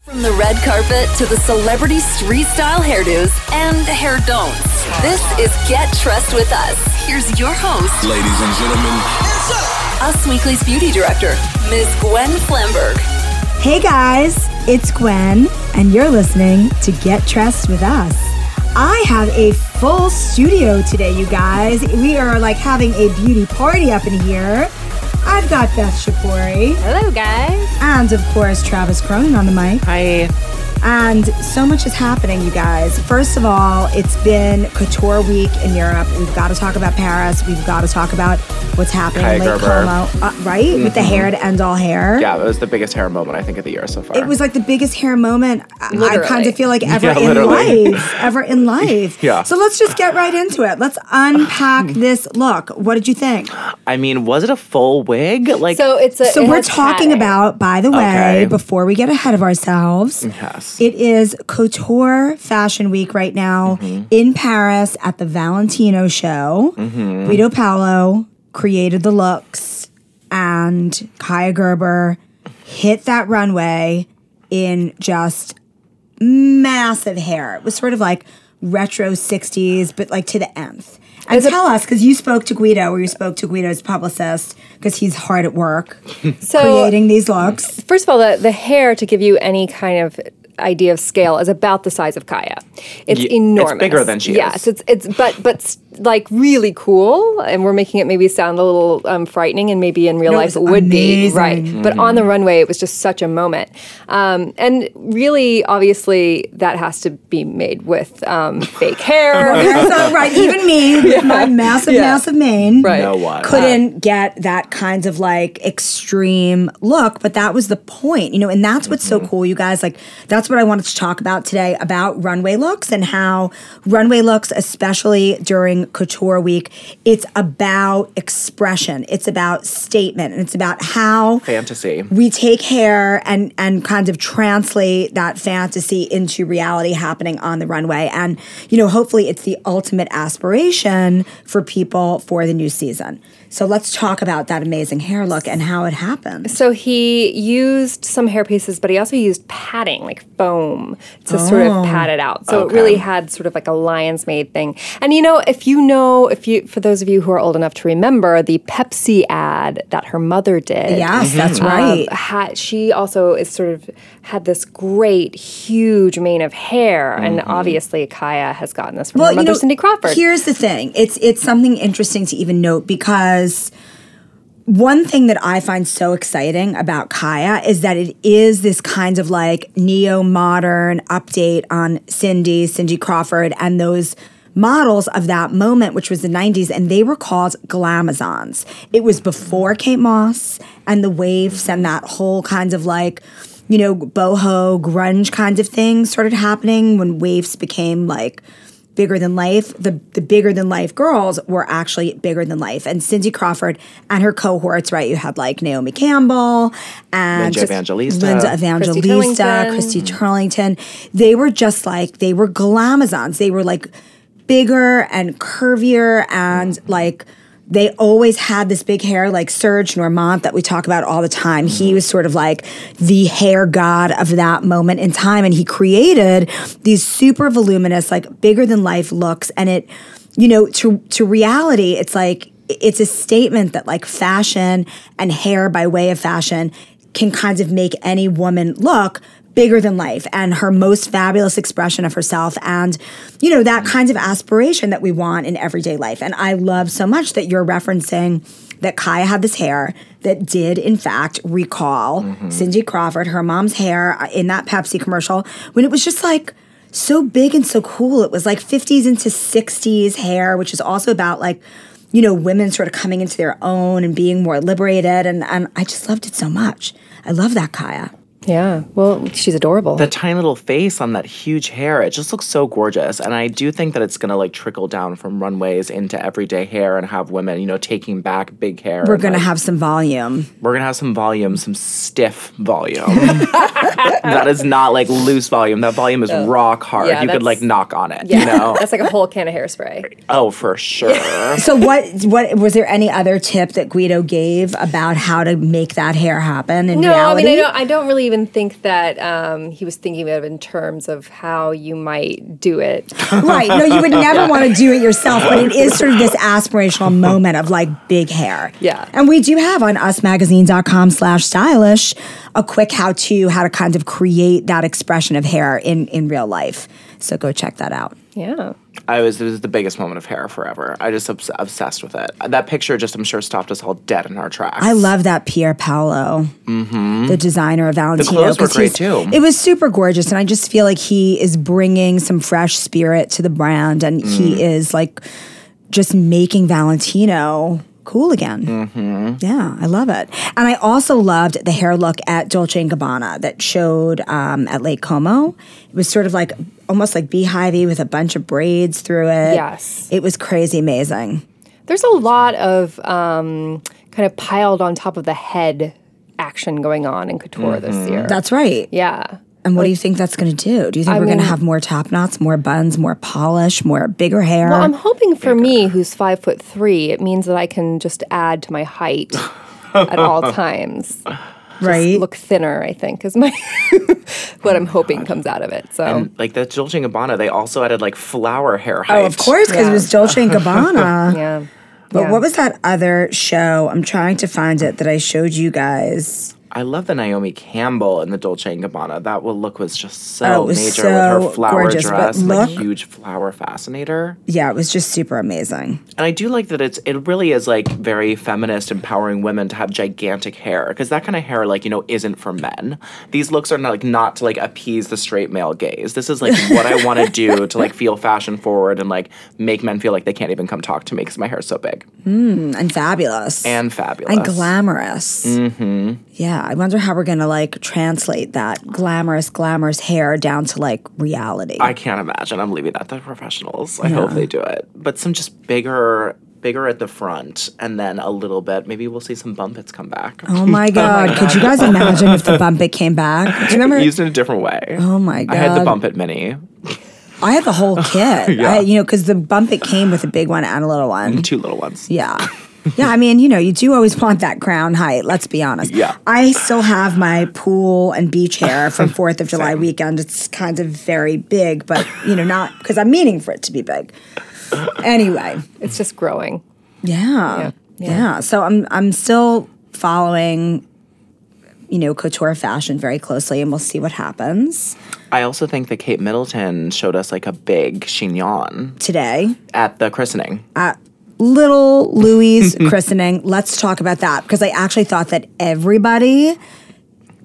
From the red carpet to the celebrity street style hairdos and hair don'ts, this is Get Trust with Us. Here's your host, Ladies and gentlemen, Us Weekly's beauty director, Ms. Gwen Flamberg. Hey guys, it's Gwen, and you're listening to Get Dressed with Us. I have a full studio today, you guys. We are like having a beauty party up in here. I've got Beth Shapori. Hello, guys. And of course, Travis Cronin on the mic. I And so much is happening, you guys. First of all, it's been Couture Week in Europe. We've got to talk about Paris. We've got to talk about what's happening Kaia in Lake Gerber. Como, uh, right? With the hair to end all hair. yeah, it was the biggest hair moment I think of the year so far. It was like the biggest hair moment I- I kind of feel like ever Yeah, in literally. life. Ever in life. Yeah. So let's just get right into it. Let's unpack this look. What did you think? I mean, was it a full wig? Like, So it's a. So it we're has talking padding. about, by the way, Okay. before we get ahead of ourselves, yes. it is Couture Fashion Week right now Mm-hmm. in Paris at the Valentino show. Mm-hmm. Guido Paolo created the looks, and Kaya Gerber hit that runway in just massive hair. It was sort of like retro 60s, but like to the nth. And tell us, because you spoke to Guido, or you spoke to Guido's publicist, because he's hard at work so creating these looks. First of all, the, the hair to give you any kind of idea of scale is about the size of Kaya. It's Ye- it's enormous. bigger than she is. yes, it's it's but but s- like really cool, and we're making it maybe sound a little um, frightening, and maybe in real No, it life it was would be amazing. right. But Mm-hmm. on the runway, it was just such a moment, um, and really, obviously, that has to be made with um, fake hair. so, right, even me, with my massive, Yeah. massive mane. Right. Uh, no one. couldn't get that kinds of like extreme look, but that was the point, you know, and that's what's Mm-hmm. so cool, you guys. Like, that's what I wanted to talk about today about runway looks and how runway looks, especially during couture week, it's about expression, it's about statement, and it's about how Fantasy. we take hair and and kind of translate that fantasy into reality happening on the runway and you know hopefully it's the ultimate aspiration for people for the new season so let's talk about that amazing hair look and how it happens So he used some hair pieces, but he also used padding, like foam, to sort Oh, of pad it out. So Okay. it really had sort of like a lion's maid thing. And you know, if you know, if you, for those of you who are old enough to remember the Pepsi ad that her mother did. yes that's Um, right ha- she also is sort of had this great, huge mane of hair, and Mm-hmm. obviously Kaya has gotten this from her mother, Cindy Crawford. Here's the thing. It's it's something interesting to even note because one thing that I find so exciting about Kaya is that it is this kind of like neo modern update on Cindy, Cindy Crawford, and those models of that moment, which was the 90s, and they were called glamazons. It was before Kate Moss and the waves and that whole kind of like, you know, boho grunge kind of thing started happening when waves became like bigger than life the, the bigger than life girls were actually bigger than life and cindy crawford and her cohorts right you had like naomi campbell and Linda Evangelista. linda Christy evangelista Turlington. christy turlington they were just like they were glamazons they were like bigger and curvier and like they always had this big hair like Serge Normand that we talk about all the time. He was sort of like the hair god of that moment in time and he created these super voluminous like bigger than life looks and it you know to to reality it's like it's a statement that like fashion and hair by way of fashion can kind of make any woman look bigger than life and her most fabulous expression of herself and you know that kind of aspiration that we want in everyday life and i love so much that you're referencing that kaya had this hair that did in fact recall cindy crawford her mom's hair uh, in that pepsi commercial when it was just like so big and so cool it was like 50s into 60s hair which is also about like you know, women sort of coming into their own and being more liberated. And, and I just loved it so much. I love that, Kaya. yeah, well, she's adorable. the tiny little face on that huge hair. It just looks so gorgeous. And I do think that it's going to like trickle down from runways into everyday hair and have women, you know, taking back big hair. We're and, going to like, have some volume. we're going to have some volume, some stiff volume. that is not like loose volume. That volume is rock hard. Oh. Yeah, you could that's- like knock on it, yeah, you know? that's like a whole can of hairspray. oh, for sure. So what what was there any other tip that Guido gave about how to make that hair happen in No, I reality? mean I don't. I don't really even think that um, he was thinking of it in terms of how you might do it. Right. No, you would never want to do it yourself, but it is sort of this aspirational moment of like big hair. Yeah. And we do have on usmagazine.com slash stylish a quick how to how to kind of create that expression of hair in in real life. So go check that out. Yeah. I was, it was the biggest moment of hair forever. I just obs- obsessed with it. That picture just, I'm sure, stopped us all dead in our tracks. I love that Pierre Paolo, the designer of Valentino. Mm-hmm. clothes were 'cause great, he's- too. It was super gorgeous, and I just feel like he is bringing some fresh spirit to the brand, and he Mm. is like just making Valentino cool again. Mm-hmm. Yeah, I love it, and I also loved the hair look at Dolce and Gabbana that showed um, at Lake Como. It was sort of like almost like beehivey with a bunch of braids through it. Yes. it was crazy amazing. There's a lot of um, kind of piled on top of the head action going on in couture this year. Mm-hmm. That's right. yeah. And what do you think that's going to do? Do you think we're going to mean- have more top knots, more buns, more polish, more bigger hair? Well, I'm hoping for me, who's five foot three, it means that I can just add to my height at all times. right? Look thinner, I think, is my what I'm hoping comes out of it. So Like that Dolce & Gabbana, they also added like flower hair height. oh, of course, because it Yeah. was Dolce and Gabbana. yeah. But Yeah. what was that other show? I'm trying to find it that I showed you guys. I love the Naomi Campbell in the Dolce & Gabbana. That wa- look was just Oh, so it was major so with her flower gorgeous, but dress, and, like look- huge flower fascinator. Yeah, it was just super amazing. And I do like that it's it really is like very feminist, empowering women to have gigantic hair because that kind of hair, like you know, isn't for men. These looks are not like not to like appease the straight male gaze. This is like what I want to do to like feel fashion forward and like make men feel like they can't even come talk to me because my hair's so big Mm, And fabulous. and fabulous. and glamorous. Mm-hmm. Yeah, I wonder how we're going to like translate that glamorous, glamorous hair down to like reality. I can't imagine. I'm leaving that to professionals. I hope they do it. But some just bigger, bigger at the front, and then a little bit. Maybe we'll see some bumpets come back. oh my God. Could you guys imagine if the bump it came back? Do you remember? Used in a different way. Oh my I had the God. bumpet mini, I had the whole kit. I, you know, because the bump it came with a big one and a little one. two little ones. Yeah. Yeah, I mean, you know, you do always want that crown height, let's be honest. Yeah. I still have my pool and beach hair from 4th of July weekend. It's kind of very big, but, you know, not because I'm meaning for it to be big. Anyway, It's just growing. yeah. Yeah. Yeah. So I'm, I'm still following, you know, couture fashion very closely and we'll see what happens I also think that Kate Middleton showed us like a big chignon today. at the christening. little Louis christening. Let's talk about that because I actually thought that everybody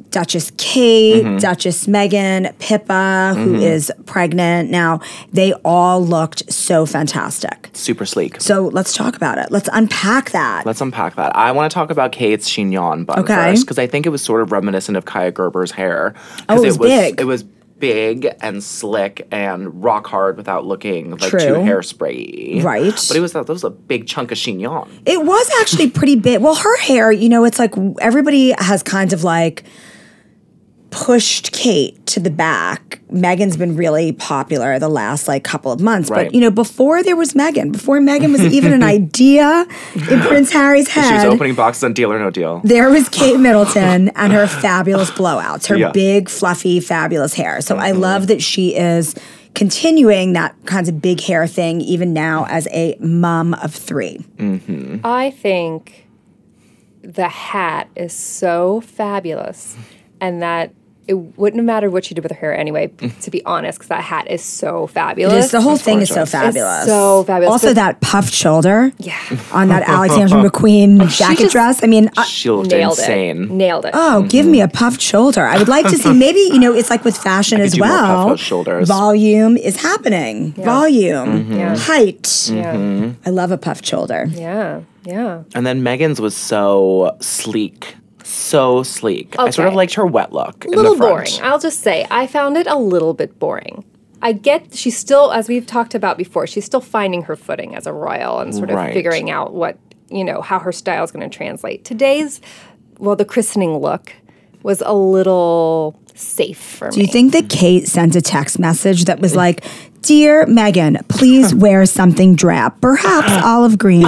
Duchess Kate, Duchess Megan, Pippa, who is pregnant now, they all looked so fantastic. Super sleek. So let's talk about it. Let's unpack that. Let's unpack that. I want to talk about Kate's chignon bun Okay. first because I think it was sort of reminiscent of Kaya Gerber's hair. 'Cause Oh, it was big. It was big and slick and rock hard without looking like True. too hairspray. Right. But it was that. That was a big chunk of chignon. It was actually pretty big. Well, her hair, you know, it's like everybody has kind of like pushed Kate to the back. Megan's been really popular the last like couple of months, Right. but you know, before there was Megan, before Megan was even an idea in Prince Harry's She head. was opening boxes on Deal or No Deal. There was Kate Middleton and her fabulous blowouts, her Yeah. Mm-hmm. big, fluffy, fabulous hair. So I love that she is continuing that kinds of big hair thing even now as a mom of three. I think the hat is so fabulous, and that it wouldn't have mattered what she did with her hair anyway. To be honest, because that hat is so It fabulous. is. The whole thing is so fabulous. so fabulous. Also, But- that puffed shoulder. Yeah. On that Alexander McQueen jacket just- dress. I mean, uh, She looked Nailed insane. it. Nailed it. oh, give me a puffed shoulder. I would like to see. Maybe you know, it's like with fashion as do more puffed well. out shoulders. Volume is happening. Volume, Yeah. height. Mm-hmm. yeah. I love a puffed shoulder. Yeah. Yeah. And then Megan's was so sleek. So sleek. I sort of Okay. liked her wet look. A little boring. I'll just say, I found it a little bit boring. I get she's still, as we've talked about before, she's still finding her footing as a royal and sort of Right. figuring out what you know how her style is going to translate. Today's, well, the christening look was a little safe for Do me. you think that Kate sent a text message that was like, "Dear Megan, please wear something drab, perhaps olive green."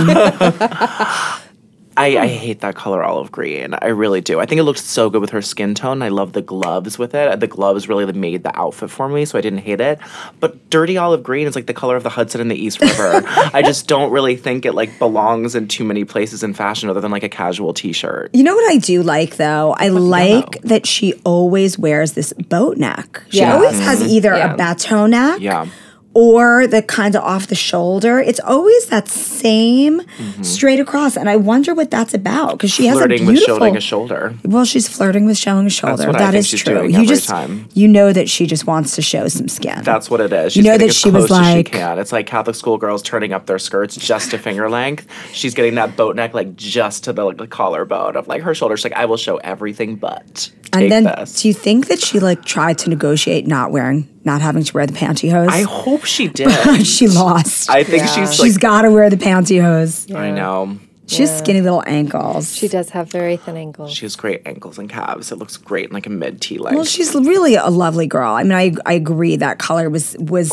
I, I hate that color olive green. I really do. I think it looked so good with her skin tone. I love the gloves with it. The gloves really made the outfit for me, so I didn't hate it. But dirty olive green is like the color of the Hudson and the East River. I just don't really think it like belongs in too many places in fashion other than like a casual t-shirt. You know what I do like though? I like that she always wears this boat neck. She Yeah. always has either Yeah. a bateau neck Mm-hmm. Yeah. or the kind of off the shoulder. It's always that same straight across. And I wonder what that's about because she has a Mm-hmm. Flirting beautiful. with showing a shoulder. well, she's flirting with showing a shoulder. what I That think is she's true. doing you every just time. you know that she just wants to show some skin. That's what it is. She's You know getting that as she close was as she like- can. It's like Catholic school girls turning up their skirts just to finger length. She's getting that boat neck like just to the, like, the collarbone of like her shoulder. She's like, I will show everything but take and then this. do you think that she like tried to negotiate not wearing not having to wear the pantyhose? I hope she did. she lost. I think Yeah. she's Uh, She's like, got to wear the pantyhose. I know. She has skinny little ankles. She does have very thin ankles. She has great ankles and calves. It looks great in like a mid T length. well, she's really a lovely girl. I mean, I, I agree that color was was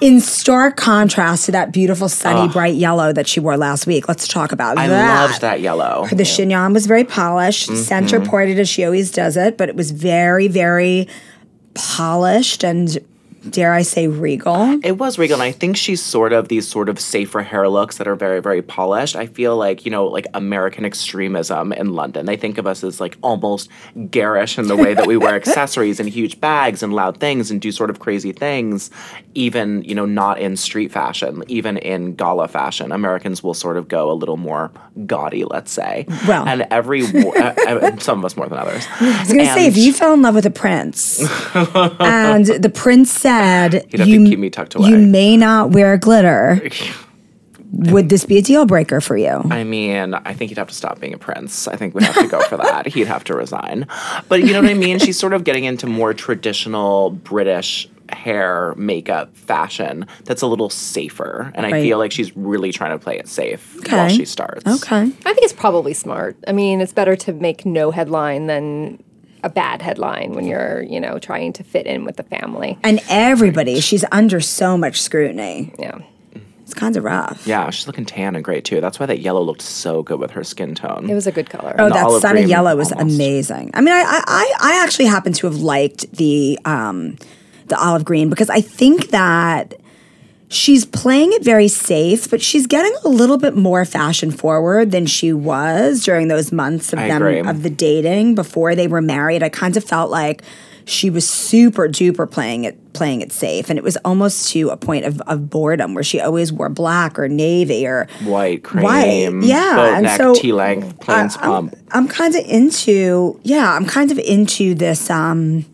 in stark contrast to that beautiful sunny bright yellow that she wore last week. Let's talk about I that. loved that yellow. The chignon was very polished, center pointed as she always does it, but it was very very polished and dare I say regal. It was regal, and I think she's sort of these sort of safer hair looks that are very, very polished. I feel like, you know, like American extremism in London. They think of us as like almost garish in the way that we wear accessories and huge bags and loud things and do sort of crazy things, even, you know, not in street fashion, even in gala fashion. Americans will sort of go a little more gaudy, let's say. Well. and every, war- uh, uh, some of us more than others. I was gonna say if And- you fell in love with a prince and the prince said You'd have to keep me tucked away. you may not wear glitter, would this be a deal breaker for you? I mean, I think he'd have to stop being a prince. I think we'd have to go for that. He'd have to resign. But you know what I mean? She's sort of getting into more traditional British hair, makeup, fashion that's a little safer. And I Right. feel like she's really trying to play it safe while Okay. she starts. Okay. I think it's probably smart. I mean, it's better to make no headline than a bad headline when you're, you know, trying to fit in with the family. And everybody, she's under so much scrutiny. Yeah. It's kind of rough. Yeah, she's looking tan and great too. That's why that yellow looked so good with her skin tone. It was a good color. Oh, the that olive sunny green yellow was almost. amazing. I mean, I, I- I, I actually happen to have liked the um, the olive green because I think that she's playing it very safe, but she's getting a little bit more fashion forward than she was during those months of I them agree. of the dating before they were married. I kind of felt like she was super duper playing it playing it safe, and it was almost to a point of, of boredom where she always wore black or navy or White cream, yeah, boat and neck, so- T length, plains pump. I'm kind of into yeah, I'm kind of into this um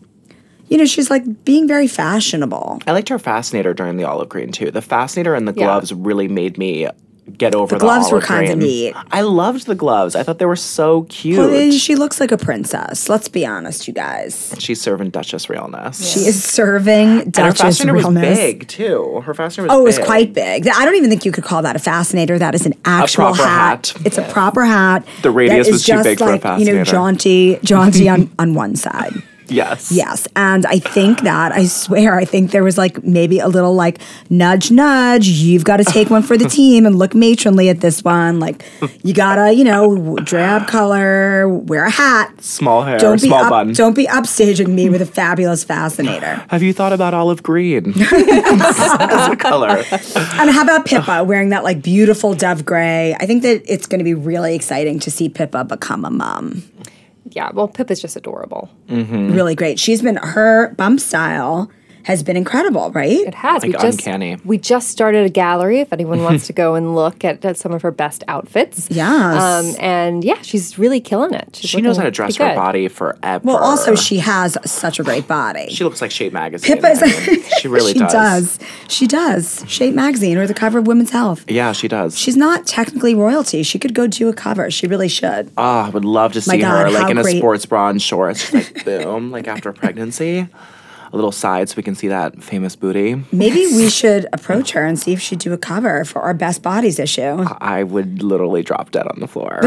you know, she's like being very fashionable. I liked her fascinator during the olive green too. The fascinator and the Yeah. gloves really made me get over the, gloves were olive kinda green. neat. I loved the gloves. I thought they were so cute. Well, she looks like a princess. Let's be honest, you guys. She's serving Duchess realness. She is serving and her Duchess fascinator was realness. big too. Her fascinator was Oh, it was big. quite big. I don't even think you could call that a fascinator. That is an actual proper hat. It's a proper hat. The radius that is was too just big for a like, You know, fascinator. jaunty, jaunty on, on one side. Yes. Yes. And I think that, I swear, I think there was like maybe a little like nudge, nudge. You've got to take one for the team and look matronly at this one. Like, you got to, you know, drab color, wear a hat. Small hair, Don't be, small up, bun. don't be upstaging me with a fabulous fascinator. Have you thought about olive green as a color? And how about Pippa wearing that like beautiful dove gray? I think that it's going to be really exciting to see Pippa become a mom. yeah. Well, Pip is just adorable. Really great. She's been, her bump style has been incredible, right? It has. we Like just uncanny. we just started a gallery. If anyone wants to go and look at, at some of her best outfits. Yes. Um, and yeah, she's really killing it. She's She knows looking how to dress pretty her good. body forever. Well, also, she has such a great body. she looks like Shape magazine. Pippa is- I mean, she really she does. She does. Shape magazine or the cover of Women's Health. Yeah, she does. She's not technically royalty. She could go do a cover. She really should. Oh, I would love to see God, her like how in great. a sports bra and shorts, just, like boom, like after pregnancy. A little side so we can see that famous booty. Maybe we should approach her and see if she'd do a cover for our best bodies issue. I would literally drop dead on the floor.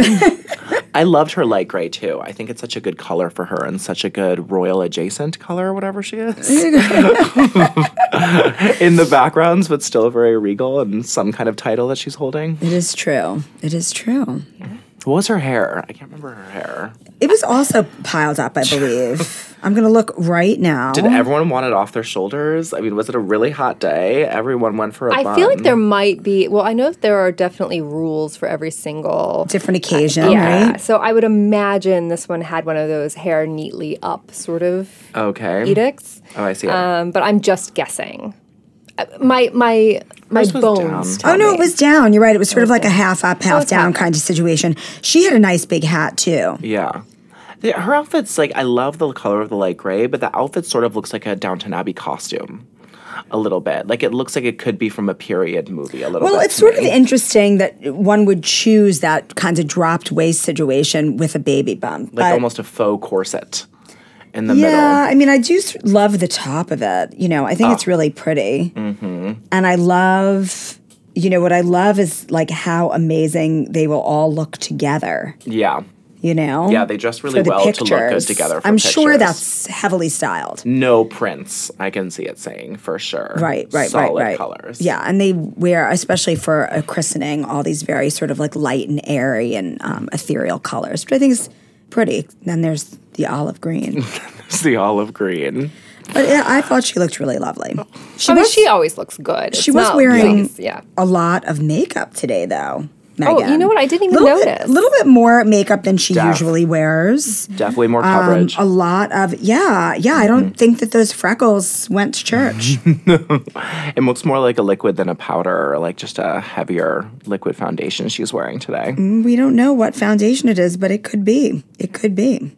I loved her light gray too. I think it's such a good color for her and such a good royal adjacent color, whatever she is. in the backgrounds, but still very regal and some kind of title that she's holding. It is true. It is true. What was her hair? I can't remember her hair. It was also piled up, I believe. I'm gonna look right now. Did everyone want it off their shoulders? I mean, was it a really hot day? Everyone went for a I feel like bun. there might be. Well, I know that there are definitely rules for every single. Different occasion, yeah. right? So I would imagine this one had one of those hair neatly up sort of Okay. edicts. Oh, I see. it. Um, but I'm just guessing. Uh, My my my Hers was down. bones. tell oh no, me. it was down. You're right. It was sort of like a half up, half it's down half kind of situation. She had a nice big hat too. yeah. The- Her outfit's like I love the color of the light gray, but the outfit sort of looks like a Downton Abbey costume, a little bit. Like it looks like it could be from a period movie. A little. Well, bit it's to sort of me. interesting that one would choose that kind of dropped waist situation with a baby bump. like but- almost a faux corset in the Yeah, middle. I mean, I do s- love the top of it. You know, I think Ah. it's really pretty. Mm-hmm. And I love, you know, what I love is like how amazing they will all look together, Yeah. you know? Yeah, they dress really For the well to look good pictures. together. For I'm sure pictures. that's heavily styled. no prints. I can see it saying for sure. Right, right, Solid right, right. colors. Yeah, and they wear, especially for a christening, all these very sort of like light and airy and um, ethereal colors, which I think is pretty. Then there's the olive green, It's the olive green. but yeah, I thought she looked really lovely. Oh, She I mean, was- she always looks good. She It's was not wearing things- yeah. a lot of makeup today, though. Oh, you Megan. know what? I didn't even little notice. A little bit more makeup than she Def. usually wears. Definitely more Um, coverage. a lot of yeah, yeah. I Mm-hmm. don't think that those freckles went to church. it looks more like a liquid than a powder, or like just a heavier liquid foundation she's wearing today. we don't know what foundation it is, but it could be. It could be.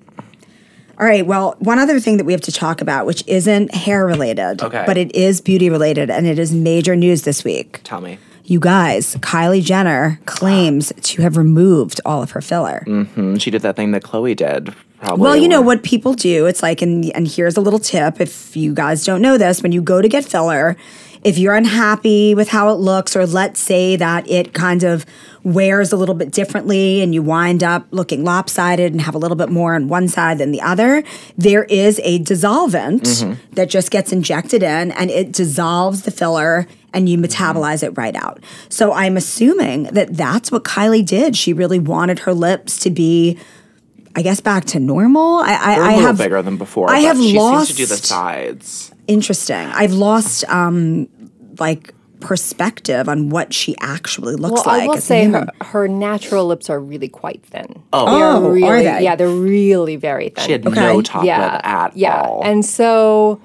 All right. Well, one other thing that we have to talk about, which isn't hair related, Okay. but it is beauty related, and it is major news this week. Tell me. You guys, Kylie Jenner claims to have removed all of her filler. Mm, she did that thing that Chloe did. Probably. Well, you know where- what people do. It's like, and and here's a little tip. If you guys don't know this, when you go to get filler, if you're unhappy with how it looks, or let's say that it kind of wears a little bit differently, and you wind up looking lopsided and have a little bit more on one side than the other, there is a dissolvent that just gets injected in, and it dissolves the filler. And you metabolize it right out. So I'm assuming that that's what Kylie did. She really wanted her lips to be I guess back to normal. I, I, They're a I little have bigger than before. I but have she lost. seems to do the sides. Interesting. I've lost um like perspective on what she actually looks Well, like. I will as a say her, human. her natural lips are really quite thin. Oh, They're are really, they? Yeah, they're really very thin. She had no Okay. top lip at yeah. all. And so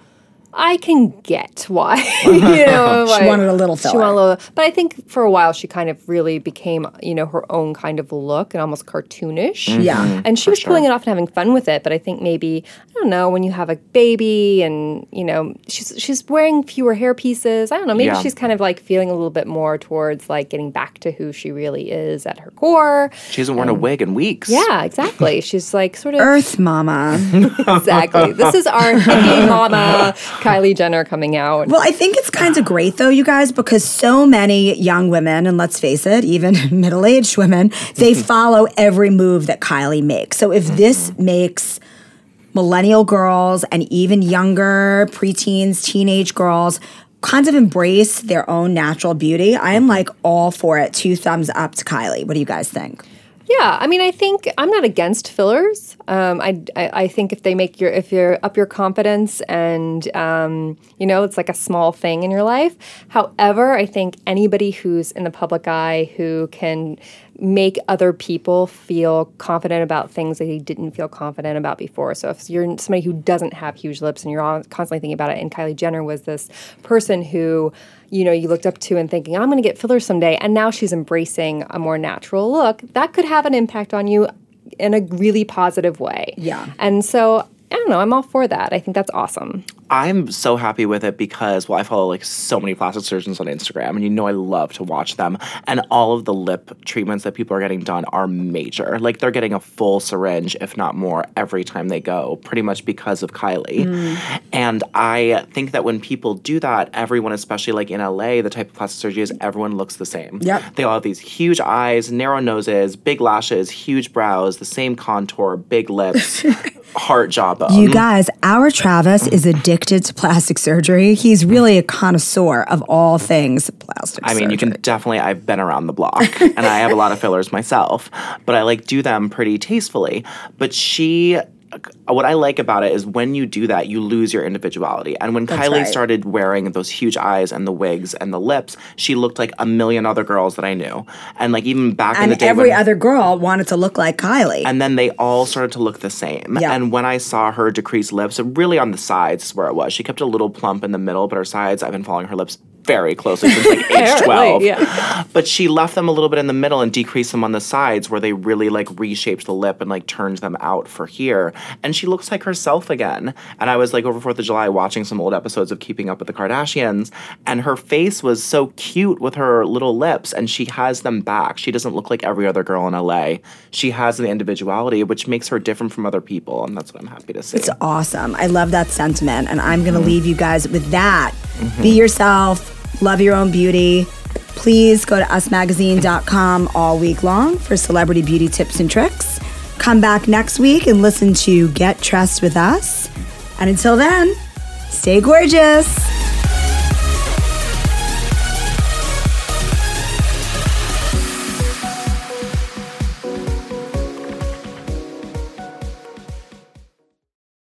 I can get why. you know, She wanted a little She wanted a filler. little, but I think for a while she kind of really became, you know, her own kind of look and almost cartoonish. Yeah. And she was pulling it off and having fun with it, but I think maybe I don't know when you have a baby and you know she's she's wearing fewer hair pieces. I don't know. Maybe Yeah. she's kind of like feeling a little bit more towards like getting back to who she really is at her core. she hasn't worn Um, a wig in weeks. Yeah, exactly. she's like sort of Earth Mama. exactly. This is our hippie mama Kylie Jenner coming out. well, I think it's kind of great though, you guys, because so many young women, and let's face it, even middle aged women, they Mm-hmm. follow every move that Kylie makes. So if this Mm-hmm. makes millennial girls and even younger preteens, teenage girls kind of embrace their own natural beauty. I Mm-hmm. am like all for it. Two thumbs up to Kylie. What do you guys think? Yeah, I mean, I think I'm not against fillers. Um, I, I I think if they make your if you're up your confidence and um, you know it's like a small thing in your life. However, I think anybody who's in the public eye who can make other people feel confident about things that they didn't feel confident about before. So if you're somebody who doesn't have huge lips and you're all constantly thinking about it, and Kylie Jenner was this person who you know you looked up to and thinking i'm going to get fillers someday and now she's embracing a more natural look that could have an impact on you in a really positive way Yeah. and so i don't know i'm all for that i think that's awesome I'm so happy with it because, well, I follow like so many plastic surgeons on Instagram, and you know I love to watch them. And all of the lip treatments that people are getting done are major. Like they're getting a full syringe, if not more, every time they go, pretty much because of Kylie. And I think that when people do that, everyone, especially like in LA, the type of plastic surgery is everyone looks the same. Yep. They all have these huge eyes, narrow noses, big lashes, huge brows, the same contour, big lips. heart jawbone. You guys, our Travis is addicted to plastic surgery. He's really a connoisseur of all things plastic I mean, you can surgery. definitely. I've been around the block, and I have a lot of fillers myself, but I like do them pretty tastefully. But she, what I like about it is when you do that, you lose your individuality. And when Kylie right. started wearing those huge eyes and the wigs and the lips, she looked like a million other girls that I knew. And like even back in the And day, every when- other girl wanted to look like Kylie. and then they all started to look the same. Yeah. And when I saw her decrease lips, really on the sides is where it was. She kept a little plump in the middle, but her sides, I've been following her lips very closely since like age Apparently, 12. yeah. But she left them a little bit in the middle and decreased them on the sides where they really like reshaped the lip and like turned them out for here. And she looks like herself again. And I was like over 4th of July watching some old episodes of Keeping Up with the Kardashians and her face was so cute with her little lips and she has them back. She doesn't look like every other girl in LA. She has an individuality which makes her different from other people and that's what I'm happy to see. It's awesome. I love that sentiment. And I'm Mm-hmm. going to leave you guys with that. Be yourself, love your own beauty. Please go to usmagazine.com all week long for celebrity beauty tips and tricks. Come back next week and listen to Get Trust with Us. And until then, stay gorgeous.